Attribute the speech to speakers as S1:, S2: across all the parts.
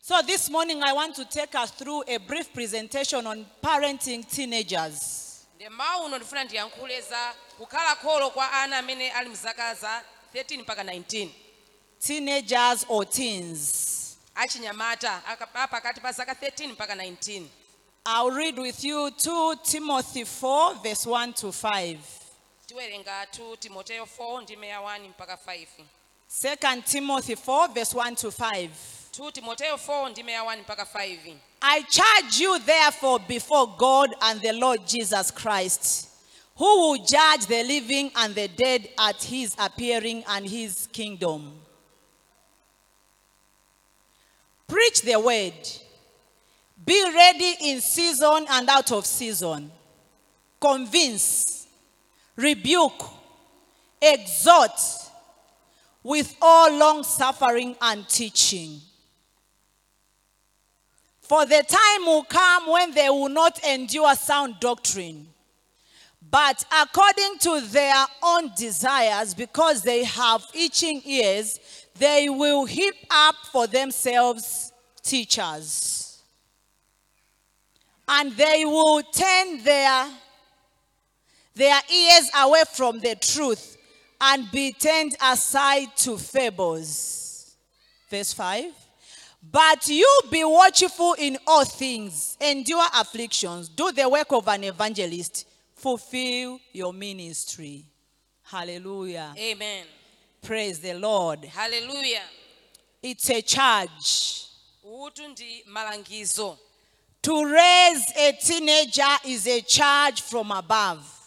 S1: So this morning, I want to take us through a brief presentation on parenting teenagers.
S2: ndemawu uno ndifuna ndiyankhuleza kukhala kholo kwa ana amene ali mzaka za 13 mpaka 19
S1: Teenagers or teens.
S2: achinyamata aka- a pakati pa zaka 13 mpaka 19
S1: I'll read with you 2 Timothy 4, verse 1 to 5.
S2: tiwerenga 2 timoteyo 4 ndi meya 1 mpaka 5
S1: Second Timothy 4, verse 1 to 5.
S2: 2 timoteyo 4 ndi meya 1 mpaka 5
S1: I charge you therefore before God and the Lord Jesus Christ, who will judge the living and the dead at his appearing and his kingdom. Preach the word. Be ready in season and out of season. Convince, rebuke, exhort with all long suffering and teaching. For the time will come when they will not endure sound doctrine, but according to their own desires, because they have itching ears, they will heap up for themselves teachers. And they will turn their, their ears away from the truth and be turned aside to fables verse 5 but you be watchful in all things endure afflictions do the work of an evangelist fulfill your ministry hallelujah
S2: amen
S1: praise the lord
S2: haleluya
S1: it's a charge
S2: utu ndi malangizo
S1: to raise a teenager is a charge from above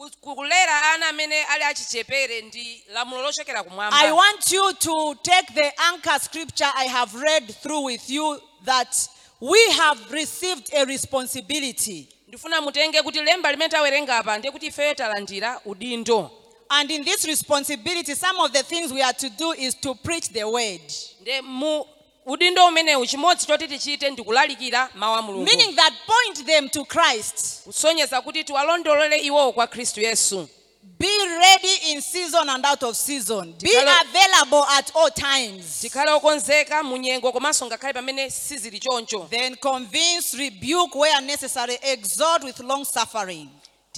S2: Ku- kukulera ana amene ali achichepere ndi lamulo lochokera
S1: i
S2: kumwamba
S1: want you to take the anchor scripture i have read through with you that we have received a responsibility
S2: ndifuna mutenge kuti lemba limene tawerenga apa ndiye kuti ifeyo talandira udindo
S1: And in this responsibility, some of the things we are to do is to preach the word.
S2: nde mu udindo umenewu chimodzi choti tichite ndikulalikira mawu a mulungu
S1: Meaning that point them to Christ.
S2: kusonyeza kuti tiwalondolole iwowo kwa khristu yesu
S1: Be ready in season and out of season. Be
S2: Tikalo-
S1: available at all times.
S2: tikhale okonzeka mu nyengo komanso ngakhale pamene sizili choncho
S1: Then convince, rebuke where necessary, exhort with long suffering.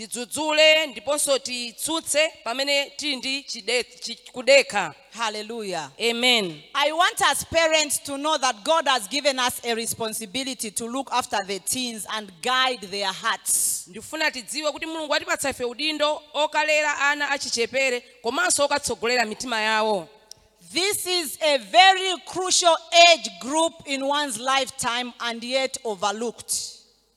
S2: tidzudzule ndiponso titsutse pamene tili ndi chide- chi- kudekha
S1: Hallelujah.
S2: amen
S1: I want us parents to know that God has given us a responsibility to look after the teens and guide their hearts.
S2: ndifuna tidziwe kuti mulungu atipatsa ife udindo okalera ana achichepere komanso okatsogolera mitima yawo
S1: This is a very crucial age group in one's lifetime and yet overlooked.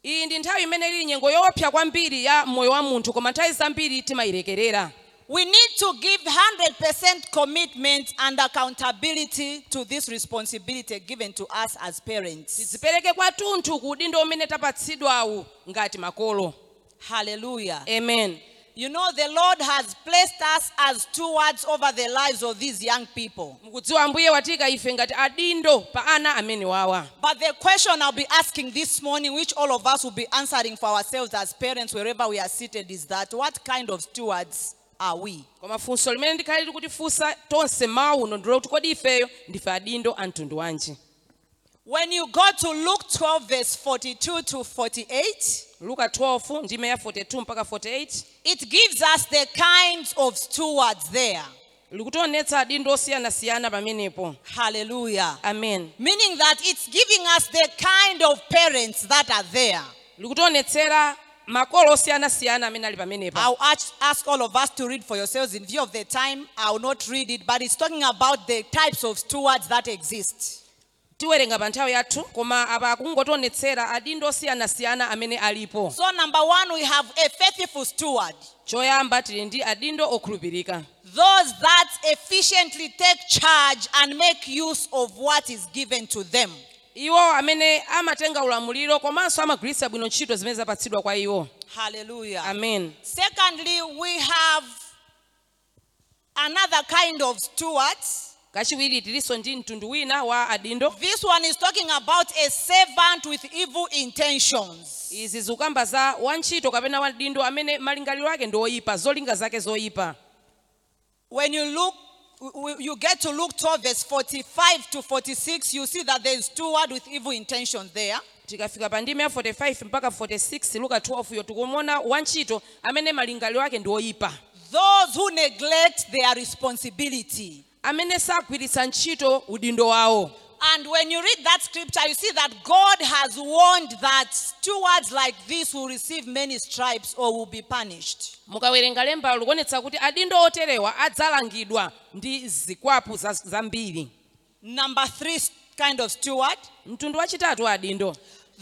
S2: iyi ndi nthawi imene ili nyengo yoopsa kwambiri ya moyo wa munthu koma nthawi zambiri timayilekerera
S1: We need to give 100% commitment and accountability to this responsibility given to us as parents.
S2: tidzipereke kwathunthu ku udindo umene tapatsidwawu ngati makolo
S1: Hallelujah.
S2: amen
S1: You know, the Lord has placed us as stewards over the lives of these young people.
S2: mukudziwa ambuye watika ife ngati adindo pa ana amene wawa
S1: But the question I'll be asking this morning, which all of us will be answering for ourselves as parents wherever we are seated, is that what kind of stewards are we?
S2: koma funso limene ndikhale tikutifunsa tonse mawu uno ndilo kuti kodi ifeyo ndife adindo a mtundu wanji
S1: When you go to Luke 12, verse 42 to 48,
S2: luka 12 ndime ya 42 mpaka 48
S1: it gives us the kinds of stewards there.
S2: likutionetsa adindo osiyanasiyana pamenepo
S1: Hallelujah.
S2: amen
S1: Meaning that it's giving us the kind of parents that are there.
S2: likutionetsera makolo osiyanasiyana amene ali pamenepo
S1: I'll ask, ask all of us to read for yourselves in view of the time. I'll not read it, but it's talking about the types of stewards that exist.
S2: tiwerenga pa nthawi yathu koma apa akungotionetsera adindo osiyanasiyana amene alipo
S1: So, number one, we have a faithful steward,
S2: choyamba tili ndi adindo okhulupirika
S1: those that efficiently take charge and make use of what is given to them.
S2: iwo amene amatenga ulamuliro komanso amagwiritsa bwino ntchito zimene zapatsidwa kwa iwo
S1: Hallelujah.
S2: amen
S1: Secondly, we have another kind of stewards.
S2: kachiwiri tilinso ndi mtundu wina wa adindo
S1: This one is talking about a servant with evil intentions.
S2: izi zikukamba za wantchito kapena wadindo amene malingaliro ake ndi oyipa zolinga zake zoyipa
S1: When you look w- you get to Luke 12, verse 45 to 46, you see that there is two word with evil intention there.
S2: tikafika pa ndima ya 45 mpaka 46 luka 12 yo tikuona wantchito amene malingaliro ake ndi oyipa
S1: Those who neglect their responsibility.
S2: amene sagwiritsa ntchito udindo wawo
S1: And when you read that scripture, you see that God has warned that stewards like this will receive many stripes or will be punished.
S2: mukawerenga lembalo likuonetsa kuti adindo oterewa adzalangidwa ndi zikwapu za- zambiri
S1: Number three s- kind of steward
S2: mtundu wachitatu adindo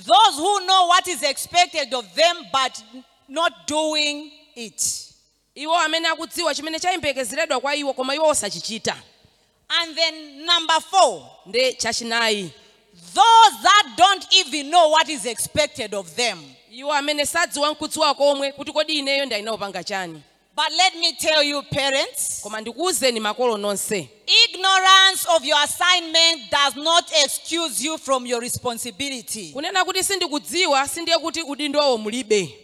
S1: those who know what is expected of them but n- not doing it.
S2: iwo amene akudziwa chimene chayembekezeredwa kwa iwo koma iwo osachichita
S1: And then number four,
S2: ndi chachinayi
S1: those that don't even know what is expected of them.
S2: iwo amene sadziwa nkudziwa komwe kuti kodi ineyo ndayinawopanga chani
S1: But let me tell you, parents,
S2: koma ndikuwuzeni makolo nonse
S1: ignorance of your assignment does not excuse you from your responsibility.
S2: kunena kuti sindikudziwa sindiye kuti udindowo mulibe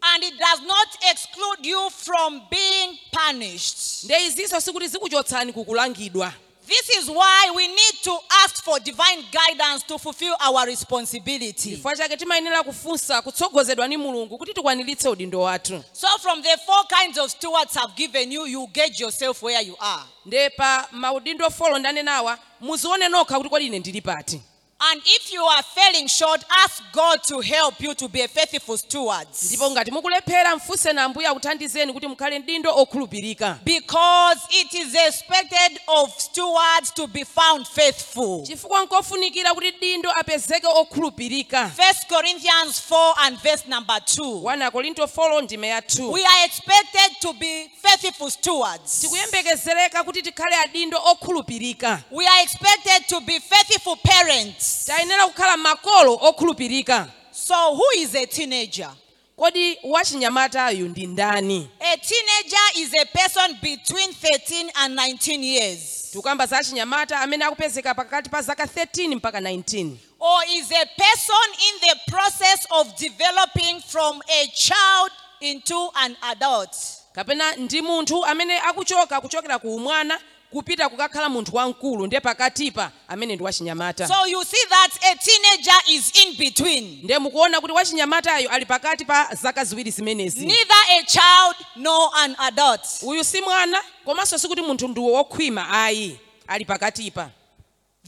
S1: And it does not exclude you from being punished.
S2: nde izinso sikuti zikuchotsani kukulangidwa
S1: This is why we need to ask for divine guidance to fulfill our responsibility.
S2: chifukwa chake timayenera kufunsa kutsogozedwa ndi mulungu kuti tikwaniritse udindo wathu
S1: So, from the four kinds of stewards I've given you, you gauge yourself where you are.
S2: nde pa maudindo folo ndanenawa muzione nokha kuti kodi ine ndili pati
S1: And if you are failing short, ask God to help you to be a faithful steward.
S2: ndipo ngati mukulephera mfunse na ambuye akuthandizeni kuti mukhale ndindo okhulupirika
S1: Because it is expected of stewards to be found faithful.
S2: chifukwa nkofunikira kuti dindo apezeke okhulupirika
S1: 1 Corinthians 4 and verse number 2.
S2: 1 korinto 4 ndime ya 2
S1: We are expected to be faithful stewards.
S2: tikuyembekezereka kuti tikhale adindo okhulupirika
S1: We are expected to be faithful parents.
S2: tayenera kukhala makolo okhulupirika
S1: So, who is a teenager?
S2: kodi wachinyamatayu ndi ndani
S1: A teenager is a person between 13 and 19 years,
S2: tikukamba za chinyamata amene akupezeka pakati pa zaka 13 mpaka 19
S1: or is a person in the process of developing from a child into an adult.
S2: kapena ndi munthu amene akuchoka kuchokera ku umwana kupita kukakhala munthu wamkulu ndiye pakatipa amene ndi wachinyamata
S1: So, you see that a teenager is in between,
S2: ndiye mukuona kuti wachinyamatayo ali pakati pa zaka ziwiri zimenezi
S1: neither a child nor an adult.
S2: uyu si mwana komanso sikuti munthu ndiwo wokhwima ayi ali pakatipa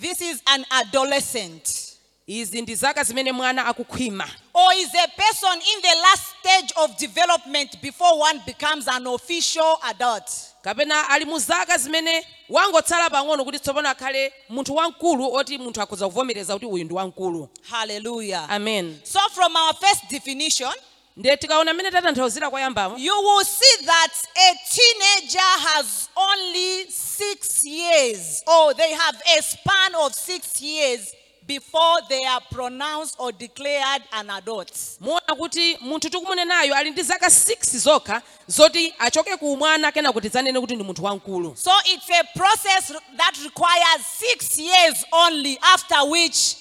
S1: This is an adolescent.
S2: izi ndi zaka zimene mwana akukhwima
S1: or is a person in the last stage of development before one becomes an official adult.
S2: kapena ali mu zaka zimene wangotsala pang'ono kuti tsopano akhale munthu wamkulu oti munthu akhoza kuvomereza kuti uyu ndi wamkulu
S1: Hallelujah.
S2: amen
S1: So, from our first definition,
S2: ndiye tikaona amene tatanthauzira kwayambamo
S1: you will see that a teenager has only six years, or they have a span of six years before they are pronounced or declared an adult.
S2: muona kuti munthu tikumunenayo ali ndi zaka 6 zokha zoti achoke ku umwana kena kuti dzanene kuti ndi munthu wamkulu
S1: So, it's a process that requires six years only, after which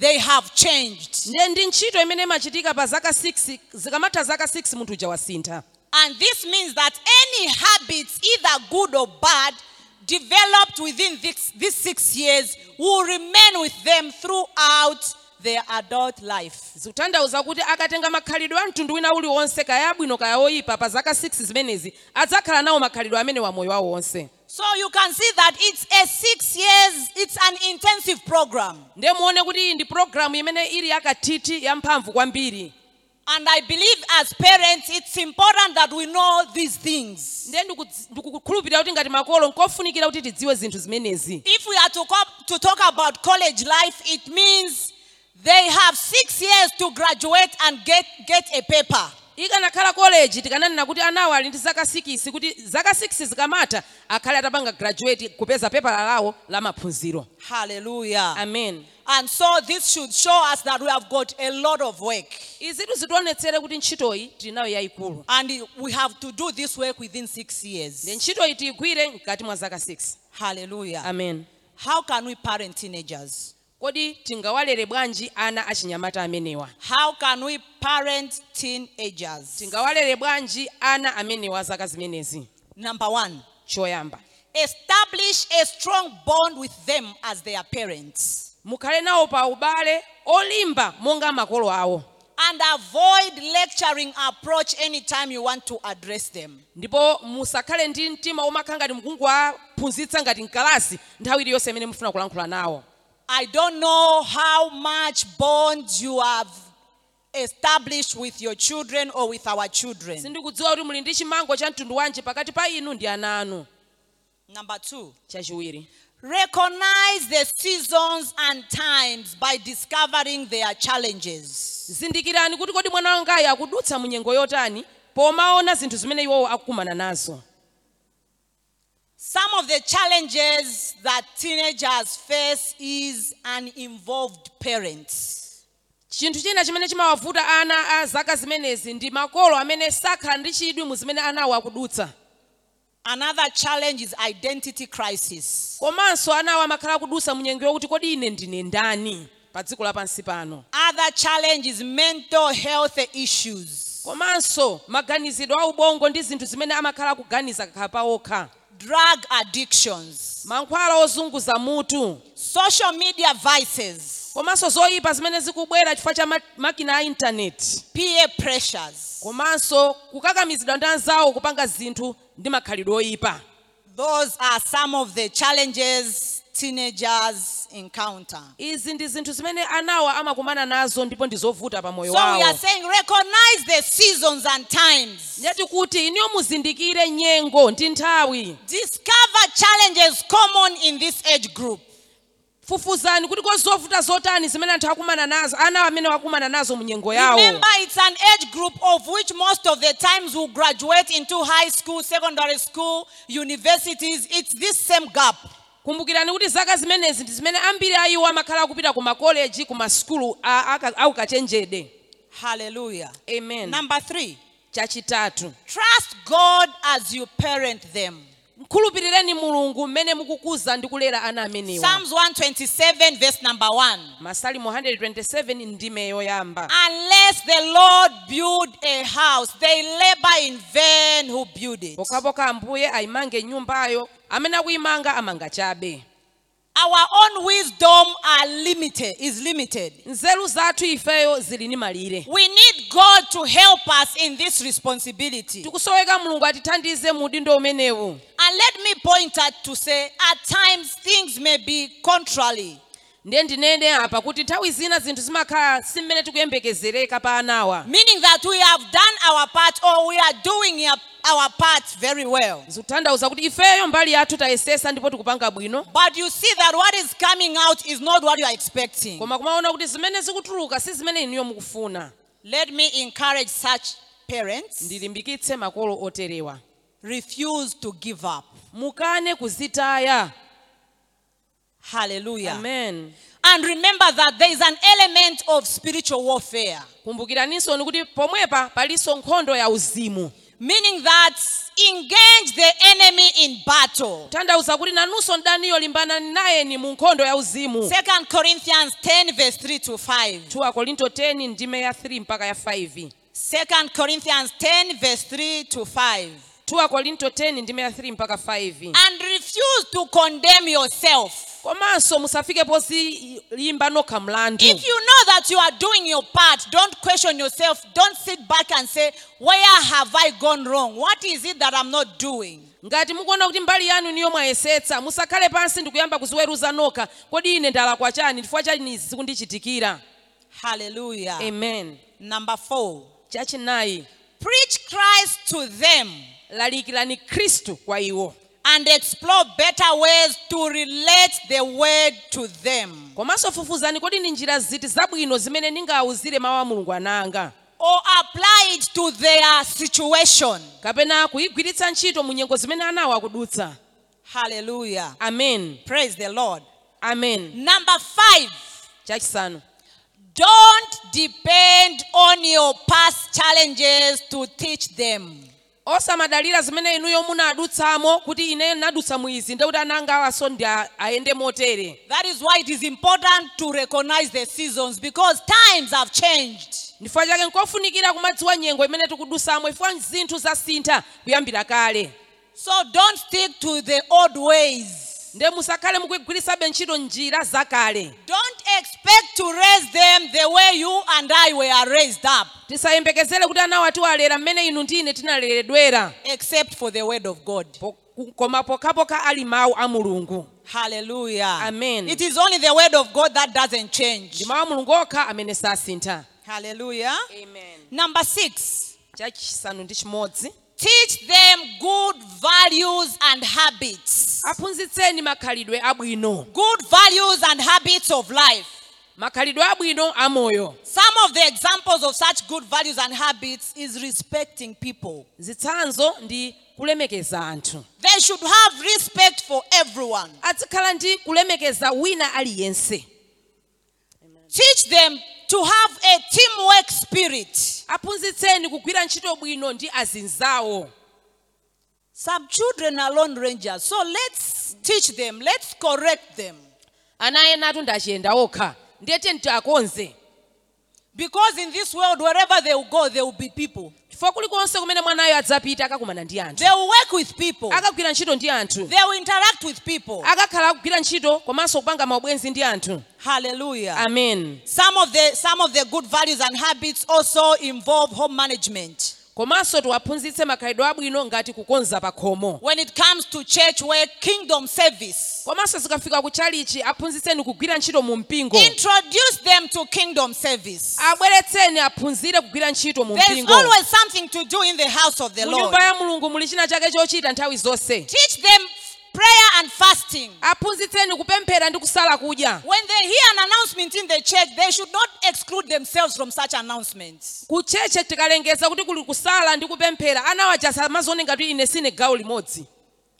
S1: they have changed.
S2: ndiye ndi ntchito imene imachitika pa zaka 6 zikamatha zaka 6 munthu uja wasintha
S1: And this means that any habits, either good or bad, developed within this, these six years will remain with them throughout their adult life.
S2: zikutanthauza kuti akatenga makhalidwe a mtundu wina uliwonse kaya abwino kaya oyipa pa zaka 6 zimenezi adzakhala nawo makhalidwe amene wamoyo wawo onse
S1: So you can see that it's a six years, it's an intensive program.
S2: ndiye muone kuti iyi ndi programu imene ili yakathithi yamphamvu kwambiri
S1: And I believe as parents, it's important that we know these things.
S2: ndiye ndikudz- ndikukhulupirira kuti ngati makolo nkofunikira kuti tidziwe zinthu zimenezi
S1: If we are to, cop- to talk about college life, it means they have six years to graduate and get, get a paper.
S2: ikanakhala koleji tikananena kuti anawo ali ndi zaka 6 kuti zaka 6 zikamata akhale atapanga graduate kupeza pepala lawo la maphunziro
S1: Hallelujah.
S2: amen
S1: And so this should show us that we have got a lot of work.
S2: izi tizitionetsere kuti ntchitoyi tinayo yayikulu
S1: And we have to do this work within six
S2: ndi
S1: years.
S2: ntchitoyi tiyigwire mkati mwa zaka 6
S1: Hallelujah.
S2: amen
S1: How can we parent teenagers?
S2: kodi tingawalere bwanji ana achinyamata amenewa
S1: How can we parent teenagers?
S2: tingawalere bwanji ana amenewa zaka zimenezi
S1: Number one,
S2: choyamba
S1: Establish a strong bond with them as their parents.
S2: mukhale nawo pa ubale olimba monga makolo awo
S1: And avoid lecturing approach anytime you want to address them.
S2: ndipo musakhale ndi mtima omakhala ngati mukungowaphunzitsa ngati mkalasi nthawi iliyonse imene mufuna kulankhula nawo
S1: I don't know how much bond you have established with your children or with our children.
S2: sindikudziwa kuti muli ndi chimango cha mtundu wanji pakati pa inu ndi ana anu
S1: Number two,
S2: chachiwiri
S1: recognize the seasons and times by discovering their challenges.
S2: zindikirani kuti kodi mwana wangayi akudutsa mu nyengo yotani pomaona zinthu zimene iwowo akukumana nazo
S1: Some of the challenges that teenagers face is uninvolved parents.
S2: chinthu china chimene chimawavuta ana a zaka zimenezi ndi makolo amene sakhala ndi chidwi mu zimene anawo akudutsa
S1: Another challenge is identity crisis.
S2: komanso anawo amakhala akudutsa mu nyengo yokuti kodi ine ndine ndani pa dziko lapansi pano
S1: Other challenge is mental health issues,
S2: komanso maganizidwe a ubongo ndi zinthu zimene amakhala akuganiza kakhala pa okha
S1: drug addictions,
S2: mankhwala ozunguza mutu
S1: social media vices,
S2: komanso zoyipa zimene zikubwera chifukwa cha ma- makina a intaneti
S1: peer pressures.
S2: komanso kukakamizidwa ndi anzawo kupanga zinthu ndi makhalidwe oyipa
S1: Those are some of the challenges teenagers encounter.
S2: izi ndi zinthu zimene anawa amakumana nazo ndipo ndi zovuta pa moyo
S1: So we are
S2: wawo
S1: saying recognize the seasons and times.
S2: ndiyati kuti iniyo muzindikire nyengo ndi nthawi
S1: Discover challenges common in this age group.
S2: fufuzani kuti kozovuta zotani zimene anthu akumana nazo ana amene wakumana nazo mu nyengo yawo
S1: Remember, it's an age group of which most of the times will graduate into high school, secondary school, universities. It's this same gap.
S2: kumbukirani kuti zaka zimenezi ndi zimene ambiri a iwo amakhala akupita ku makoleji ku masukulu a- aka- aukachenjede
S1: Hallelujah.
S2: amen
S1: Number three,
S2: chachitatu
S1: trust God as you parent them.
S2: mkhulupirireni mulungu mmene mukukuza ndi kulera ana ameniwa
S1: Psalms 127, verse number one.
S2: masalimu 127 ndime yoyamba
S1: Unless the Lord build a house, they labor in vain who build it.
S2: pokhapokha ambuye ayimange nyumbayo amene akuyimanga amanga chabe
S1: Our own wisdom are limited, is limited.
S2: nzeru zathu ifeyo zili ni malire
S1: We need God to help us in this responsibility.
S2: tikusoweka mulungu atithandize mu udindo umenewu
S1: And let me point out to say, at times things may be contrary.
S2: ndiye ndinene apa kuti nthawi zina zinthu zimakhala si mmene tikuyembekezereka pa anawa
S1: Meaning that we have done our part or we are doing our- our part very well.
S2: zikutanthauza kuti ifeyo mbali yathu tayesesa ndipo tikupanga bwino
S1: But you see that what is coming out is not what you are expecting.
S2: koma kumaona kuti zimene zikutuluka si zimene iniyo mukufuna
S1: Let me encourage such parents.
S2: ndilimbikitse makolo oterewa
S1: Refuse to give up.
S2: mukane kuzitaya
S1: Hallelujah.
S2: amen
S1: And remember that there is an element of spiritual warfare.
S2: kumbukiraninso ni kuti pomwepa palinso nkhondo ya uzimu
S1: Meaning that engage the enemy in battle.
S2: tanthauza kuti nanunso mdaniyo limbanani nayeni mu nkhondo ya uzimu
S1: Second Corinthians 10, verse 3 to 5.
S2: 2 korinto 10 ndime ya 3 mpaka ya 5
S1: Second Corinthians 10, verse 3 to 5.
S2: 2 korinto 10 ndime ya 3 mpaka 5
S1: And refuse to condemn yourself.
S2: komanso musafike pozilimba nokha mlandu
S1: If you know that you are doing your part, don't question yourself. Don't sit back and say, Where have I gone wrong? What is it that I'm not doing?
S2: ngati mukuona kuti mbali yanu niyo mwayesetsa musakhale pansi ndikuyamba kuziweruza nokha kodi ine ndalakwa chani chifukwa chani izi zikundichitikira
S1: Hallelujah.
S2: amen
S1: Number four,
S2: chachinayi
S1: preach Christ to them
S2: lalikirani khristu kwa iwo
S1: and explore better ways to relate the word to them.
S2: komanso fufuzani kodi ndi njira ziti zabwino zimene ndingaawuzire mawu a mulungu ananga
S1: or apply it to their situation.
S2: kapena kuyigwiritsa ntchito mu nyengo zimene anawo akudutsa
S1: Hallelujah.
S2: amen
S1: Praise the Lord.
S2: amen
S1: Number five,
S2: chachisanu
S1: don't depend on your past challenges to teach them.
S2: osamadalira zimene inuyo munadutsamo kuti ine nadutsa muizi ndekuti ananga awaso ndi a- ayende motere
S1: That is why it is important to recognize the seasons because times have changed.
S2: ndifukwa chake nkofunikira kumadziwa nyengo imene tikudutsamo ifukwa zinthu zasintha kuyambira kale
S1: So don't stick to the old ways.
S2: nde musakhale mukugwirisabe ntchito njira zakale
S1: Don't expect to raise them the way you and I were raised up,
S2: tisayembekezere kuti ana watu alera mmene inu ndi ine tinaleredwera
S1: except for the word of God.
S2: Po- koma pokhapokha ali mawu a mulungu
S1: Hallelujah.
S2: Amen.
S1: It is only the word of God that doesn't change.
S2: ndi mawu a mulungu okha amene sasintha
S1: Hallelujah. Number six,
S2: chachisanu ndi chimodzi
S1: teach them good values and habits.
S2: aphunzitseni makhalidwe abwino
S1: Good values and habits of life.
S2: makhalidwe abwino amoyo
S1: Some of the examples of such good values and habits is respecting people.
S2: zitsanzo ndi kulemekeza anthu
S1: They should have respect for everyone.
S2: azikhala ndi kulemekeza wina aliyense
S1: Teach them to have a teamwork spirit.
S2: aphunzitseni kugwira ntchito bwino ndi azinzawo
S1: Some children are lone rangers, so let's teach them, let's correct them.
S2: ana ena atu ndachiyenda okha ndiyete nditiakonze
S1: Because in this world, wherever they will go, there will be people.
S2: chifukwa kulikonse kumene mwanayo adzapita akakumana ndi anthu
S1: They will work with people,
S2: akagwira ntchito ndi anthu
S1: they will interact with people.
S2: akakhala akugwira ntchito komanso kupanga maubwenzi ndi anthu
S1: Hallelujah.
S2: amen
S1: Some of the some of the good values and habits also involve home management.
S2: komanso tiwaphunzitse makhalidwe abwino ngati kukonza pakhomo
S1: When it comes to church work, kingdom service,
S2: komanso zikafika ku chalichi aphunzitseni kugwira ntchito mu mpingo
S1: introduce them to kingdom service.
S2: abweretseni aphunzire kugwira ntchito mu
S1: There's
S2: mpingo
S1: always something to do in the house of the
S2: mu
S1: Lord.
S2: nyumba ya mulungu muli china chake chochita nthawi zonse
S1: Teach them prayer and fasting.
S2: aphunzitseni kupemphera ndi kusala kudya
S1: When they hear an announcement in the church, they should not exclude themselves from such announcements.
S2: kucheche tikalengeza kuti kuli kusala ndi kupemphera anawaja samazoone ngati ine sine gawo limodzi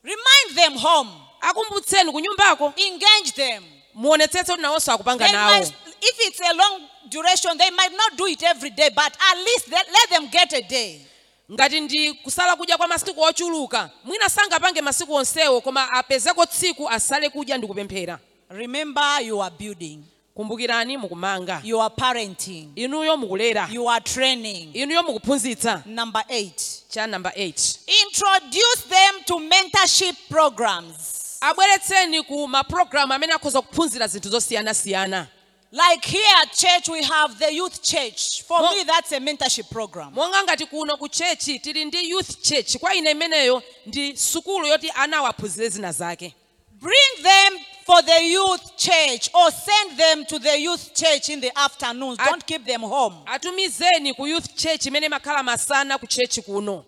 S1: Remind them home.
S2: akumbutseni ku nyumbako
S1: Engage them.
S2: muonetsetse kuti nawonso akupanga
S1: They
S2: nawo
S1: might, if it's a long duration, they might not do it every day, but at least they, let them get a day.
S2: ngati ndi kusala kudya kwa masiku ochuluka mwina sangapange masiku onsewo koma apezeko tsiku asale kudya ndi kupemphera
S1: Remember, you are building,
S2: kumbukirani mukumanga
S1: you are parenting,
S2: inuyo mukulera
S1: you are training.
S2: inuyo mukuphunzitsa
S1: Number eight,
S2: cha namba 8
S1: introduce them to mentorship programs.
S2: abweretseni ku mapulogalamu amene akhoza kuphunzira zinthu zosiyanasiyana
S1: Like here at church, we have the youth church. For
S2: Mo-
S1: me, that's a mentorship program.
S2: monga ngati kuno ku chechi tili ndi youth church kwa ine imeneyo ndi sukulu yoti ana awaphunzire zina zake
S1: Bring them for the youth church or send them to the youth church in the afternoons.
S2: I-
S1: Don't keep them home.
S2: atumizeni ku youth church imene makhala masana ku chechi kuno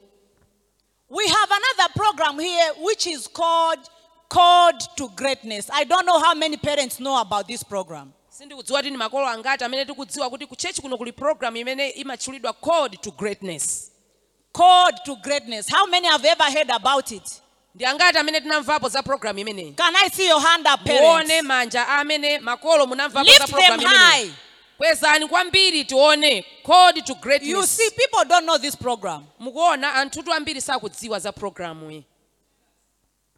S1: We have another program here which is called Code to Greatness. I don't know how many parents know about this program.
S2: sindikudziwa kuti ni makolo angati amene tikudziwa kuti ku chechi kuno kuli program imene imatchulidwa called to greatness
S1: Code to Greatness. How many have ever heard about it?
S2: ndi angati amene tinamvapo za program imeneyi
S1: Can I see your hand up,
S2: muone
S1: parents?
S2: manja amene makolo munamvapo za
S1: Lift them
S2: program imeneyi
S1: high.
S2: kwezani kwambiri tione called to
S1: You see,
S2: greatness
S1: people don't know this program.
S2: mukuona anthutu ambiri sakudziwa za programu iyi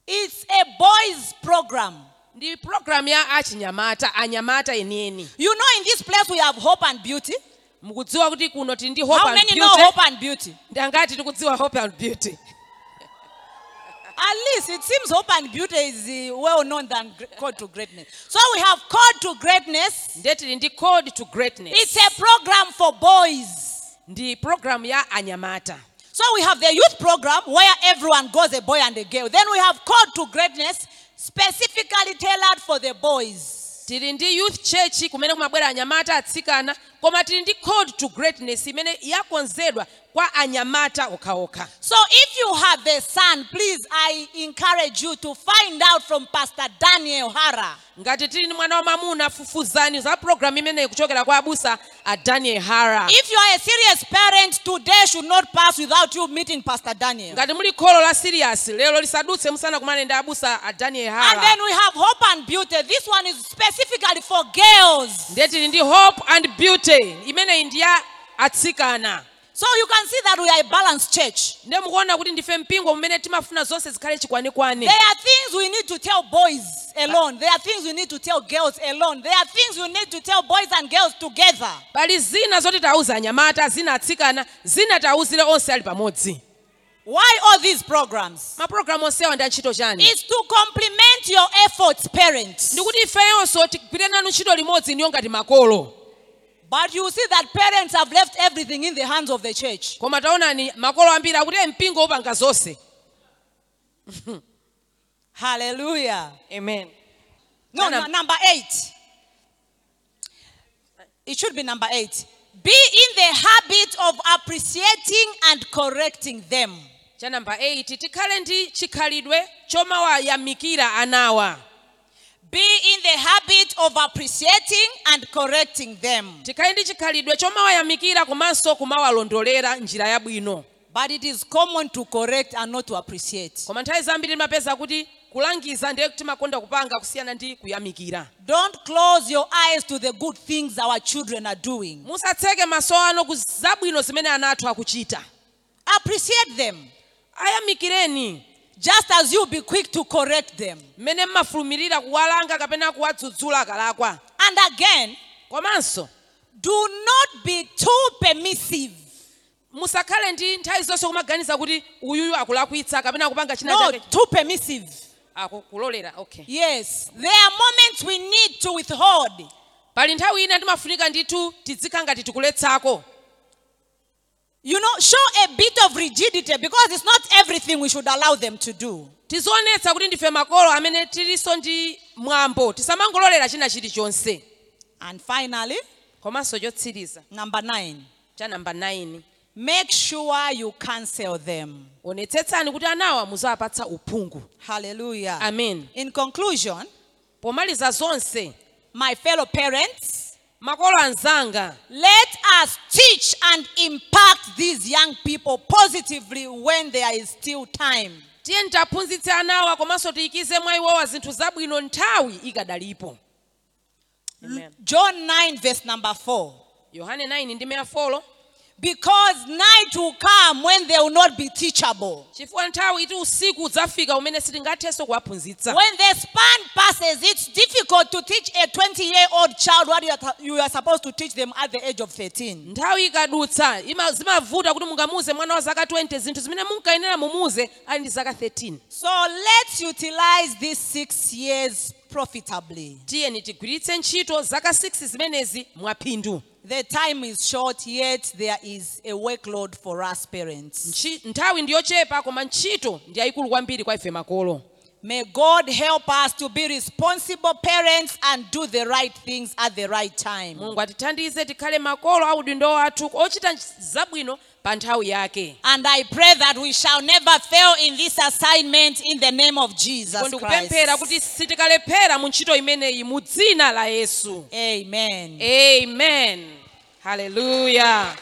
S1: It's a boys' program.
S2: ndi programu ya achinyamata anyamata enieni
S1: You know, in this place we have hope and beauty.
S2: mukudziwa kuti kuno tili ndi hope
S1: How
S2: and
S1: many know
S2: beauty
S1: hope and beauty?
S2: ndi angati tikudziwa hope and beauty
S1: At least it seems hope and beauty is uh, well known than gr- code to greatness. So we have code to greatness.
S2: ndiye tili ndi called to greatness
S1: It's a program for boys.
S2: ndi programu ya anyamata
S1: So we have the youth program where everyone goes a boy and a girl. Then we have code to greatness specifically tailored for the boys.
S2: tili ndi youth church kumene kumabwera anyamata atsikana koma tili ndi called to greatness imene yakonzedwa kwa anyamata okhaokha
S1: So if you have a son, please I encourage you to find out from Pastor Daniel Hara.
S2: ngati tili ndi mwana wamamuna fufuzani za programu imeneyi kuchokera kwa abusa a daniel hara
S1: If you are a serious parent, today should not pass without you meeting Pastor Daniel.
S2: ngati muli kholo la sirius lero lisadutse musana kumane ndi abusa a daniel
S1: And
S2: hara
S1: then we have hope and beauty. This one is specifically for girls.
S2: ndetili ndi hope and beauty imeneyi ndi ya atsikana
S1: So you can see that we are a balanced church.
S2: nde mukuona kuti ndife mpingo umene timafuna zonse zikhale chikwanikwani
S1: There are things we need to tell boys alone. There are things we need to tell girls alone. There are things we need to tell boys and girls together.
S2: pali zina zoti tauza anyamata zina atsikana zina tauzire onse ali pamodzi
S1: Why all these programs?
S2: mapulogalamu onsewa ndi antchito chani
S1: It's to complement your efforts, parents.
S2: ndikuti ifeyonso tigwire nanu ntchito limodzi ndiyo ngati makolo
S1: But you see that parents have left everything in the hands of the church.
S2: koma taonani makolo ambiri akuti mpingo upanga zonse
S1: Hallelujah.
S2: amen
S1: No,
S2: Nana-
S1: no, number eight. It should be number eight. Be in the habit of appreciating and correcting them.
S2: cha namba 8 tikhale ndi chikhalidwe chomawayamikira anawa
S1: Be in the habit of appreciating and correcting them.
S2: tikhale ndi chikhalidwe chomawayamikira komanso kumawalondolera njira yabwino
S1: But it is common to correct and not to appreciate.
S2: koma nthawi zambiri mapeza kuti kulangiza ndiye timakonda kupanga kusiyana ndi kuyamikira
S1: Don't close your eyes to the good things our children are doing.
S2: musatseke maso ano ku zabwino zimene ana athu akuchita
S1: Appreciate them
S2: ayamikireni
S1: just as you be quick to correct them.
S2: mmene mmafulumirira kuwalanga kapena kuwadzudzula kalakwa
S1: And again,
S2: komanso
S1: do not be too permissive.
S2: musakhale ndi nthawi zonse kumaganiza kuti uyuyu akulakwitsa kapena kupanga china
S1: No,
S2: chake
S1: too permissive.
S2: akukulolera okay
S1: Yes, there are moments we need to withhold.
S2: pali nthawi ina timafunika ndithu tidzika ngati tikuletsako
S1: You know, show a bit of rigidity because it's not everything we should allow them to do.
S2: tizionetsa kuti ndife makolo amene tilinso ndi mwambo tisamangololera china chilichonse
S1: And finally,
S2: komanso chotsiriza
S1: number nine,
S2: cha namba 9
S1: make sure you cancel them.
S2: onetsetsani kuti anawa muzawapatsa uphungu
S1: Hallelujah.
S2: amen
S1: In conclusion,
S2: pomaliza zonse
S1: my fellow parents,
S2: makolo anzanga
S1: let us teach and impact these young people positively when there is still time.
S2: tiye nitaphunzitse anawa komanso tiyikize mwa iwowa zinthu zabwino nthawi ikadalipo
S1: John 9, verse number 4.
S2: yohane 9 ndi meyafolo
S1: Because night will come when they will not be teachable.
S2: chifukwa nthawi iti usiku udzafika umene sitingathenso kuwaphunzitsa
S1: When the span passes, it's difficult to teach a 20 year old child what you are, you are supposed to teach them at the age of 13.
S2: nthawi ikadutsa ima- zimavuta kuti mungamuuze mwana wa zaka 20 zinthu zimene munkayenera mumuuze ali ndi zaka 13
S1: So let's utilize these six years profitably.
S2: tiyeni tigwiritse ntchito zaka 6 zimenezi mwaphindu
S1: The time is short, yet there is a workload for us parents.
S2: Nchi- nthawi ndi yochepa koma ntchito ndi yayikulu kwambiri kwa ife makolo
S1: May God help us to be responsible parents and do the right things at the right time.
S2: mulungu atithandize tikhale makolo audindo athu ochita nch- zabwino pa nthawi yake
S1: And I pray that we shall never fail in this assignment in the name of Jesus
S2: ndipo ndikupemphera
S1: Christ.
S2: kuti sitikalephera mu ntchito imeneyi mu dzina la yesu
S1: Amen.
S2: amen haleluya